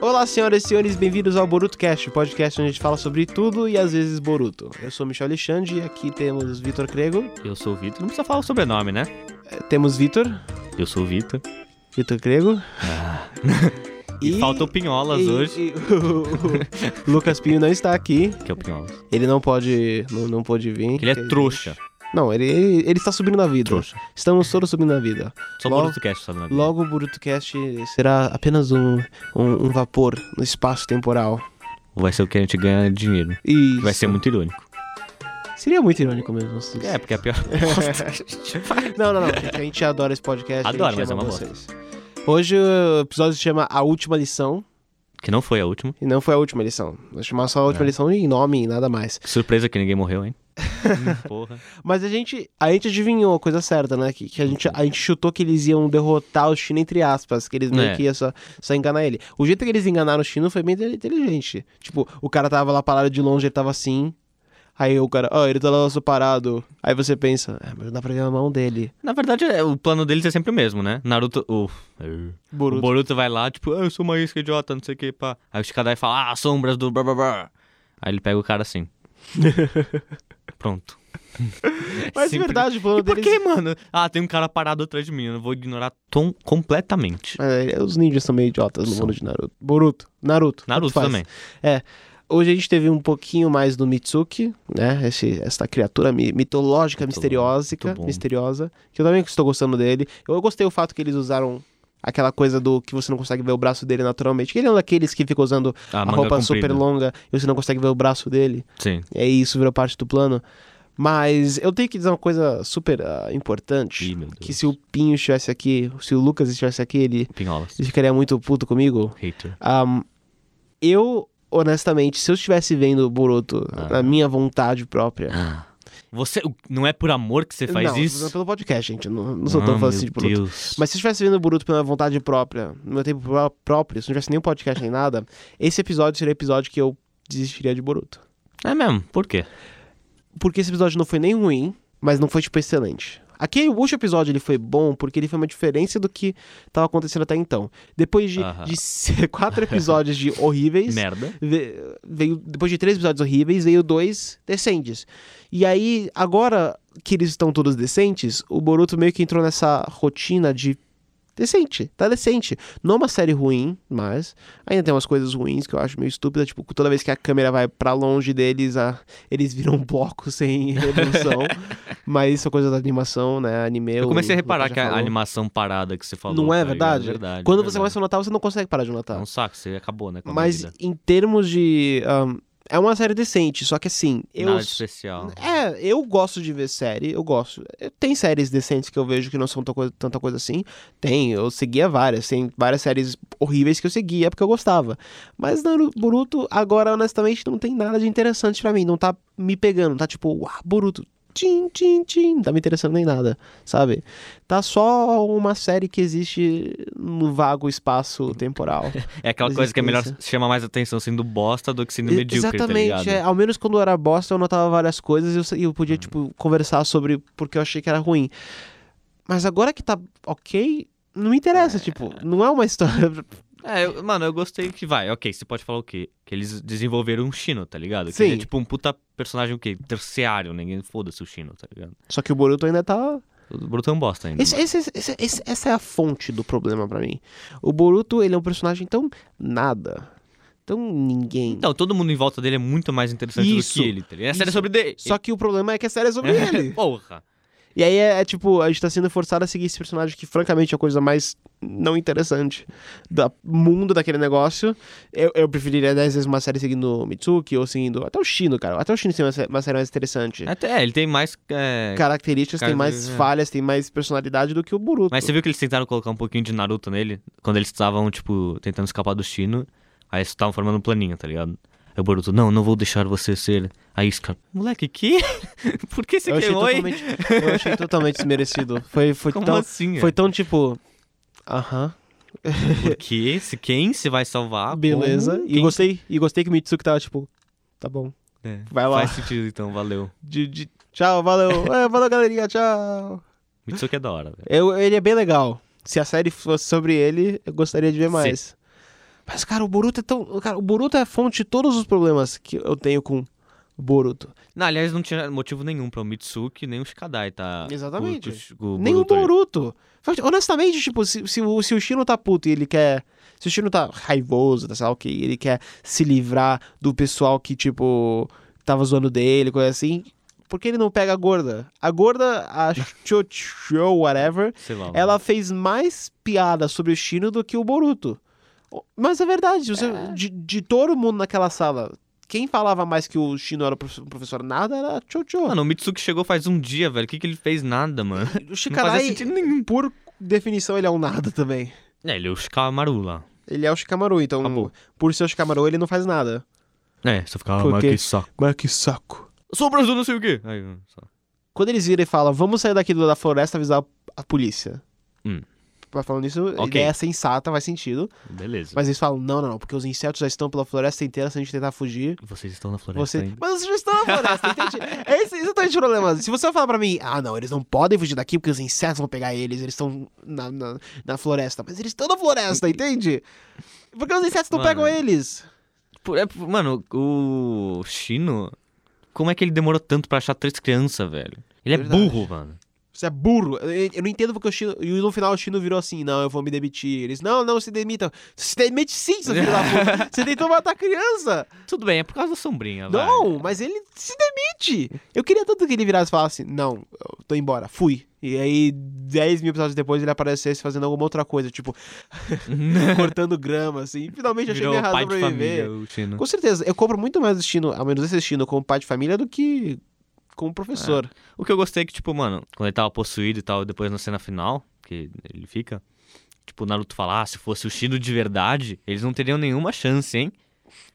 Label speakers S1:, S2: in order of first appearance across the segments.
S1: Olá, senhoras e senhores, bem-vindos ao Boruto Cast, o podcast onde a gente fala sobre tudo e às vezes Boruto. Eu sou Michel Alexandre e aqui temos Vitor Crego,
S2: Eu sou o Vitor. Não precisa falar o sobrenome, né?
S1: eh, temos Vitor,
S2: Eu sou o Vitor.
S1: Vitor Crego.
S2: Ah. E, falta o Pinholas
S1: e-
S2: hoje.
S1: e o- o Lucas Pinho não está aqui,
S2: Que é o Pinholas.
S1: ele não pode, não, não pôde vir.
S2: Ele é trouxa.
S1: Não, ele, ele, ele está subindo na vida.
S2: Trouxa.
S1: Estamos todos subindo na vida.
S2: Só
S1: Logo-
S2: por isso que sabe né? na vida.
S1: Logo o BurutoCast será apenas um, um, um vapor no espaço temporal.
S2: Vai ser o que a gente ganha de dinheiro.
S1: E
S2: Que vai ser muito irônico.
S1: Seria muito irônico mesmo. se-
S2: É, porque é a pior bosta que a gente faz.
S1: Não, não, não. A gente adora esse podcast.
S2: Adoro,
S1: a gente
S2: mas
S1: ama
S2: é uma
S1: vocês. Hoje o episódio se chama A Última Lição.
S2: Que não foi a última.
S1: E não foi a última lição. Vou chamar só a
S2: É.
S1: última lição em nome e nada mais.
S2: Que surpresa que ninguém morreu, hein? Hum, Porra.
S1: Mas a gente, a gente adivinhou a coisa certa, né? Que, que a, gente, a gente chutou que eles iam derrotar o China, entre aspas, que eles meio
S2: É.
S1: que iam só, só enganar ele. O jeito que eles enganaram o Chino foi bem inte- inteligente. Tipo, o cara tava lá parado de longe, ele tava assim. Aí o cara, ó, ele tá lá só parado. Aí você pensa, é, mas dá pra ver a mão dele.
S2: Na verdade, é, o plano deles é sempre o mesmo, né? Naruto. O, é, o
S1: Boruto.
S2: Boruto vai lá, tipo, "Ah, eu sou uma isca idiota, não sei o que, pá. Aí o Shikadai fala, ah, sombras do blá blá blá. Aí ele pega o cara assim. Pronto.
S1: mas de
S2: sempre-
S1: verdade, o plano
S2: E por
S1: deles.
S2: que, mano? Ah, tem um cara parado atrás de mim, eu não vou ignorar tom completamente.
S1: É, os ninjas são meio idiotas no
S2: São.
S1: mundo de Naruto. Boruto. Naruto. tanto
S2: Naruto
S1: faz.
S2: também.
S1: Hoje a gente teve um pouquinho mais do Mitsuki, né? Esse, essa criatura mi- mitológica,
S2: Muito bom,
S1: misteriosa,
S2: muito bom.
S1: misteriosa. Que eu também estou gostando dele. Eu gostei o fato que eles usaram aquela coisa do que você não consegue ver o braço dele naturalmente. Que ele é um daqueles que fica usando
S2: A,
S1: a,
S2: Ah, manga
S1: roupa
S2: comprida.
S1: super longa e você não consegue ver o braço dele. É,
S2: Sim.
S1: E aí isso virou parte do plano. Mas eu tenho que dizer uma coisa super ah, importante.
S2: Ih, meu Deus.
S1: que se o Pinho estivesse aqui, se o Lucas estivesse aqui, ele,
S2: Pinholas.
S1: ele ficaria muito puto comigo.
S2: Hater.
S1: Ahn, eu, honestamente, se eu estivesse vendo o Boruto
S2: Ah.
S1: na minha vontade própria.
S2: Você. o- Não é por amor que você faz
S1: Ah. não,
S2: isso?
S1: Pelo podcast, gente. eu Não, não sou tão
S2: Ah,
S1: fã
S2: meu
S1: assim de Boruto.
S2: Deus.
S1: Mas se eu estivesse vendo o Boruto pela vontade própria, no meu tempo pró- próprio, se não tivesse nenhum podcast nem nada, esse episódio seria o episódio que eu desistiria de Boruto.
S2: É mesmo, por quê?
S1: Porque esse episódio não foi nem ruim, mas não foi, tipo, excelente. Aqui, o último episódio, ele foi bom porque ele foi uma diferença do que tava acontecendo até então. Depois de,
S2: Aham.
S1: de quatro episódios de horríveis...
S2: Merda.
S1: Ve- veio depois de três episódios horríveis, veio dois decentes. E aí, agora que eles estão todos decentes, o Boruto meio que entrou nessa rotina de decente, tá decente. Não é uma série ruim, mas ainda tem umas coisas ruins que eu acho meio estúpida, tipo, toda vez que a câmera vai pra longe deles, a- eles viram um bloco sem revolução. mas isso é coisa da animação, né? Anime.
S2: Eu comecei a
S1: o Lucas
S2: reparar
S1: já
S2: que a
S1: falou.
S2: animação parada que você falou.
S1: Não é
S2: tá ligado?
S1: verdade? Quando você
S2: verdade.
S1: começa a notar, você não consegue parar de notar.
S2: É um saco, você acabou, né? Com a
S1: Mas
S2: vida.
S1: em termos de. ahn, é uma série decente, só que assim, eu.
S2: Nada de especial.
S1: É, eu gosto de ver série, eu gosto. Eu- Tem séries decentes que eu vejo que não são tão coisa- tanta coisa assim. Tem, eu seguia várias. Tem várias séries horríveis que eu seguia porque eu gostava. Mas Naruto, Boruto, agora, honestamente, não tem nada de interessante pra mim. Não tá me pegando, não tá tipo, uau, Boruto. Tchim, tchim, tchim. Não tá me interessando nem nada, sabe? Tá só uma série que existe no vago
S2: Uhum.
S1: espaço temporal.
S2: É aquela coisa que é melhor chamar mais atenção sendo bosta do que sendo medíocre, tá
S1: Exatamente,
S2: ligado? Uhum.
S1: é. Ao menos quando eu era bosta, eu notava várias coisas e eu, sa- e eu podia, tipo, conversar sobre porque eu achei que era ruim. Mas agora que tá ok, não me interessa, tipo, não é uma história.
S2: É, eu- mano, eu gostei que vai. Ok, você pode falar o quê? Que eles desenvolveram um Shino, tá ligado? Que
S1: Sim.
S2: ele é tipo um puta personagem o quê? Terciário, ninguém foda-se o Shino, tá ligado?
S1: Só que o Boruto ainda tá.
S2: O Boruto é um bosta ainda.
S1: Esse- esse- esse- esse- essa é a fonte do problema pra mim. O Boruto, ele é um personagem tão nada, tão ninguém.
S2: Então, todo mundo em volta dele é muito mais interessante
S1: Isso.
S2: do que ele, tá ligado? É série
S1: Isso.
S2: sobre dele.
S1: Só que o problema é que a série é sobre ele.
S2: Porra.
S1: E aí é, é tipo, a gente tá sendo forçado a seguir esse personagem que, francamente, é a coisa mais não interessante do mundo daquele negócio. Eu, eu preferiria 10 vezes uma série seguindo o Mitsuki ou seguindo. Até o Shino, cara. Até o Shino tem uma, sé- uma série mais interessante.
S2: Até, é, ele tem mais. é,
S1: Características, tem
S2: cara,
S1: mais
S2: é.
S1: falhas, tem mais personalidade do que o Boruto.
S2: Mas você viu que eles tentaram colocar um pouquinho de Naruto nele? Quando eles estavam, tipo, tentando escapar do Shino. Aí eles estavam formando um planinho, tá ligado? Aí o Boruto, não, não vou deixar você ser a isca. Moleque, que? Por que você
S1: eu, achei
S2: queimou, hein?
S1: totalmente, eu achei totalmente desmerecido. Foi, foi,
S2: Como
S1: tão,
S2: assim?
S1: foi
S2: é?
S1: tão tipo. Aham,
S2: Por quê? Se, quem se vai salvar?
S1: beleza.
S2: Como?
S1: E
S2: Ah, Quem-
S1: gostei, e gostei que o Mitsuki tava tipo. Tá bom.
S2: É.
S1: Vai lá.
S2: Faz sentido, então, valeu.
S1: De- de- Tchau, valeu. É, valeu, galerinha. Tchau.
S2: Mitsuki é da hora, velho.
S1: Eu- ele é bem legal. Se a série fosse sobre ele, eu gostaria de ver mais. Mas, cara, o Boruto é tão. Cara, o Boruto é a fonte de todos os problemas que eu tenho com o Boruto.
S2: Não, aliás, não tinha motivo nenhum pra o Mitsuki nem o Shikadai tá.
S1: Exatamente.
S2: com- com o
S1: Nem o
S2: Boruto ali.
S1: Boruto. Faz- Honestamente, tipo, se, se, o, se o Shino tá puto e ele quer. Se o Shino tá raivoso, tá, sei lá o que, ele quer se livrar do pessoal que, tipo, tava zoando dele, coisa assim. Por que ele não pega a gorda? A gorda, a Chocho, whatever,
S2: Sei lá.
S1: ela fez mais piada sobre o Shino do que o Boruto. Mas é verdade, você- de, de todo mundo naquela sala, quem falava mais que o Shino era o profe- professor nada era a Chocho.
S2: Mano, o Mitsuki chegou faz um dia, velho. O que, que ele fez? Nada,
S1: O
S2: mano. Não fazia
S1: Shikarai,
S2: sentido nenhum.
S1: por definição, ele é um nada também.
S2: É, ele é o Shikamaru lá.
S1: Ele é o Shikamaru, então
S2: Acabou.
S1: por ser o Shikamaru ele não faz nada.
S2: É, só ficava,
S1: Por
S2: mas
S1: quê?
S2: que saco.
S1: Mas que saco.
S2: Sombras do não sei o quê. Aí, só.
S1: Quando eles viram e falam, vamos sair daqui do- da floresta e avisar a polícia.
S2: Hum.
S1: Pra falando isso, a
S2: Ok.
S1: ideia é sensata, faz sentido.
S2: Beleza.
S1: Mas eles falam, não, não, não, porque os insetos já estão pela floresta inteira, se a gente tentar fugir,
S2: Vocês estão na floresta
S1: você...
S2: ainda.
S1: Mas vocês já estão na floresta, entende? É esse, exatamente o problema. Se você falar pra mim, ah, não, eles não podem fugir daqui porque os insetos vão pegar eles, eles estão na, na, na floresta. Mas eles estão na floresta, entende? Porque os insetos não
S2: Mano.
S1: pegam eles.
S2: Pô, é, pô, mano, o Shino... Como é que ele demorou tanto pra achar três crianças, velho? Ele é
S1: Verdade.
S2: burro, mano.
S1: Você é burro. Eu, eu não entendo porque o Chino. E no final o Chino virou assim: não, eu vou me demitir. Eles, não, não, se demitam. Se demite sim, seu filho da puta. Você tentou matar a criança.
S2: Tudo bem, é por causa da sombrinha, vai.
S1: Não, mas ele se demite. Eu queria tanto que ele virasse e falasse: não, eu tô embora, fui. E aí, 10 mil episódios depois, ele aparecesse fazendo alguma outra coisa, tipo, cortando grama, assim. Finalmente achei
S2: Uhum. Virou
S1: minha razão
S2: pai
S1: pra
S2: de
S1: viver.
S2: família, o Shino.
S1: Com certeza, eu compro muito mais o Chino, ao menos esse Chino, como pai de família, do que como professor.
S2: O que eu gostei é que, tipo, mano, quando ele tava possuído e tal, depois na cena final, que ele fica, tipo, o Naruto fala, ah, se fosse o Shino de verdade, eles não teriam nenhuma chance, hein?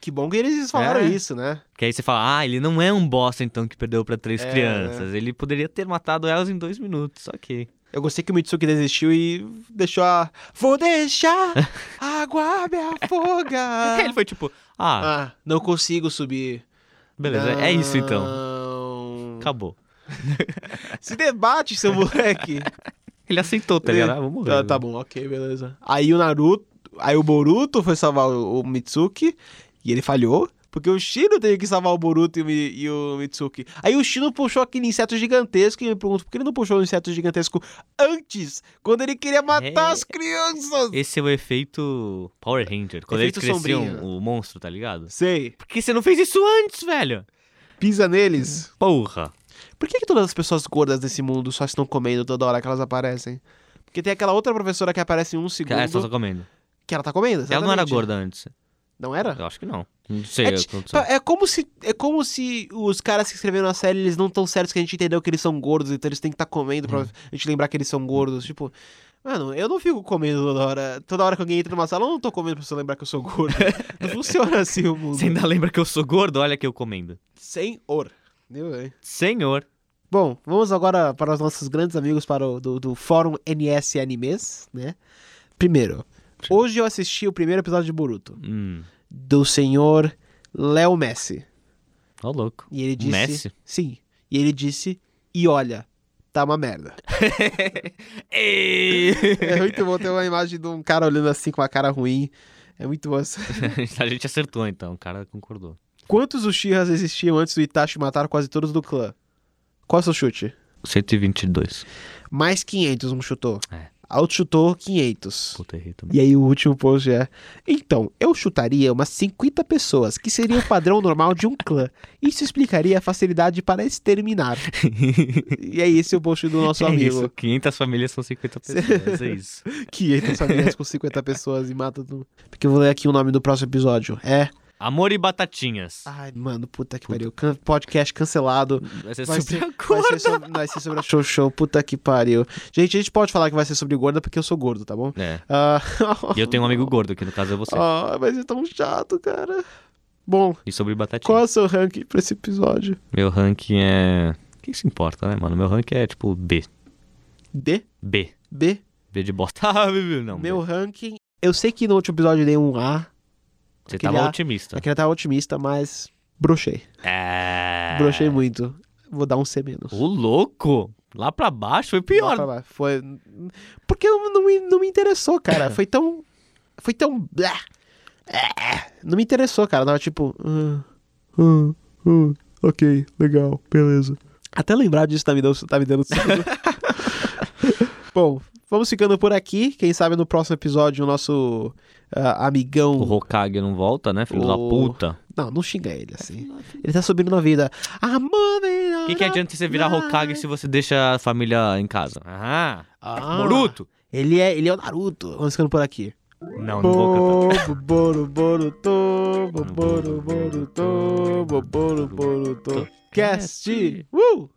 S1: Que bom que eles falaram
S2: É.
S1: isso, né?
S2: Que aí você fala, ah, ele não é um bosta então que perdeu pra três
S1: É,
S2: crianças. Ele poderia ter matado elas em dois minutos, ok.
S1: Eu gostei que o Mitsuki desistiu e deixou a. Vou deixar a água me
S2: Aí
S1: afogar.
S2: ele foi tipo, ah,
S1: Ah, não consigo subir.
S2: beleza,
S1: Ah.
S2: é isso então.
S1: então.
S2: Acabou.
S1: Se debate, seu moleque.
S2: Ele aceitou, tá ligado? Ah, vou morrer.
S1: tá, tá bom, ok, beleza. Aí o Naruto. Aí o Boruto foi salvar o, o Mitsuki e ele falhou. Porque o Shino teve que salvar o Boruto e o, Mi- e o Mitsuki. Aí o Shino puxou aquele inseto gigantesco e eu me pergunto por que ele não puxou o inseto gigantesco antes, quando ele queria matar
S2: É.
S1: as crianças.
S2: Esse é o efeito Power Ranger. Quando
S1: Efeito
S2: eles cresciam
S1: sombrinha.
S2: o monstro, tá ligado?
S1: Sei.
S2: Por que você não fez isso antes, velho?
S1: Pisa neles.
S2: Porra.
S1: É. Por que, que todas as pessoas gordas desse mundo só estão comendo toda hora que elas aparecem? Porque tem aquela outra professora que aparece em um segundo
S2: Cara, só tá comendo.
S1: que ela tá comendo.
S2: Ela não era
S1: exatamente.
S2: gorda antes.
S1: Não era?
S2: Eu acho que não. Não sei.
S1: É
S2: eu
S1: ti-
S2: não sei.
S1: Pa- É como se é como se os caras que escreveram a série eles não tão certos que a gente entendeu que eles são gordos, então eles têm que estar comendo pra a gente lembrar que eles são gordos. Tipo, mano, eu não fico comendo toda hora. Toda hora que alguém entra numa sala, eu não tô comendo pra você lembrar que eu sou gordo. não funciona assim o mundo.
S2: Você ainda lembra que eu sou gordo? Olha que eu comendo.
S1: Senhor. Deu bem.
S2: Senhor.
S1: Bom, vamos agora para os nossos grandes amigos para o, do, do Fórum NS Animes, né? Primeiro, hoje eu assisti o primeiro episódio de Boruto,
S2: Hum.
S1: do senhor Léo Messi.
S2: Ó, louco.
S1: E ele disse...
S2: Messi?
S1: Sim. E ele disse, e olha, tá uma merda.
S2: Ei!
S1: É muito bom ter uma imagem de um cara olhando assim com uma cara ruim. É muito bom. essa-
S2: A gente acertou então, o cara concordou.
S1: Quantos Uchihas existiam antes do Itachi matar quase todos do clã? Qual é o seu chute?
S2: 122.
S1: Mais 500 um chutou.
S2: É.
S1: Alto chutou 500.
S2: Puta, errei também.
S1: E aí o último post é: Então, eu chutaria umas 50 pessoas, que seria o padrão normal de um clã. Isso explicaria a facilidade para exterminar. e é esse o post do nosso
S2: é
S1: amigo.
S2: isso, 500 famílias são 50 pessoas, é isso.
S1: Que entra essa mesa com 50 pessoas e mata tudo. Porque eu vou ler aqui o nome do próximo episódio. É.
S2: Amor e batatinhas.
S1: Ai, mano, puta que pariu. Can- podcast cancelado.
S2: Vai ser
S1: Vai
S2: super
S1: ser, vai,
S2: acordo.
S1: ser sobre, vai ser sobre a show show, puta que pariu. Gente, a gente pode falar que vai ser sobre gorda porque eu sou gordo, tá bom?
S2: É.
S1: Ah,
S2: E eu tenho um amigo gordo, que no caso é você.
S1: ah, vai ser tão chato, cara. Bom,
S2: E sobre batatinhas.
S1: qual é o seu ranking pra esse episódio?
S2: Meu ranking é. Quem se importa, né, mano? Meu ranking é tipo B.
S1: D,
S2: B.
S1: B.
S2: B de bosta. Ah, não. B.
S1: Meu ranking. Eu sei que no último episódio eu dei um A.
S2: Você
S1: aquele
S2: tava
S1: A-
S2: otimista.
S1: Aquele tava otimista, mas. brochei.
S2: É.
S1: Brochei muito. Vou dar um C menos.
S2: O louco! Lá pra baixo foi
S1: Lá
S2: pior.
S1: pra lá. Foi. Porque eu não, me- não me interessou, cara. Foi tão. Foi tão. blá. É. Não me interessou, cara. Tava tipo. ah, ah, ah, ok, legal, beleza. Até lembrar disso tá me dando, tá me dando sono. Bom, vamos ficando por aqui. Quem sabe no próximo episódio o nosso ah, amigão.
S2: O Hokage não volta, né, filho da
S1: O-
S2: puta?
S1: Não, não xinga ele assim. Ele tá subindo na vida. Ah, I'm moving on
S2: O que, que adianta você virar
S1: up.
S2: Hokage se você deixa a família em casa? Ah,
S1: Ah.
S2: Boruto!
S1: Ele é, ele é o Naruto. Vamos ficando por aqui.
S2: Não, não vou cantar.
S1: Boro, boro, to, boro, boro, to, boro, boro, to. Cast. Uh!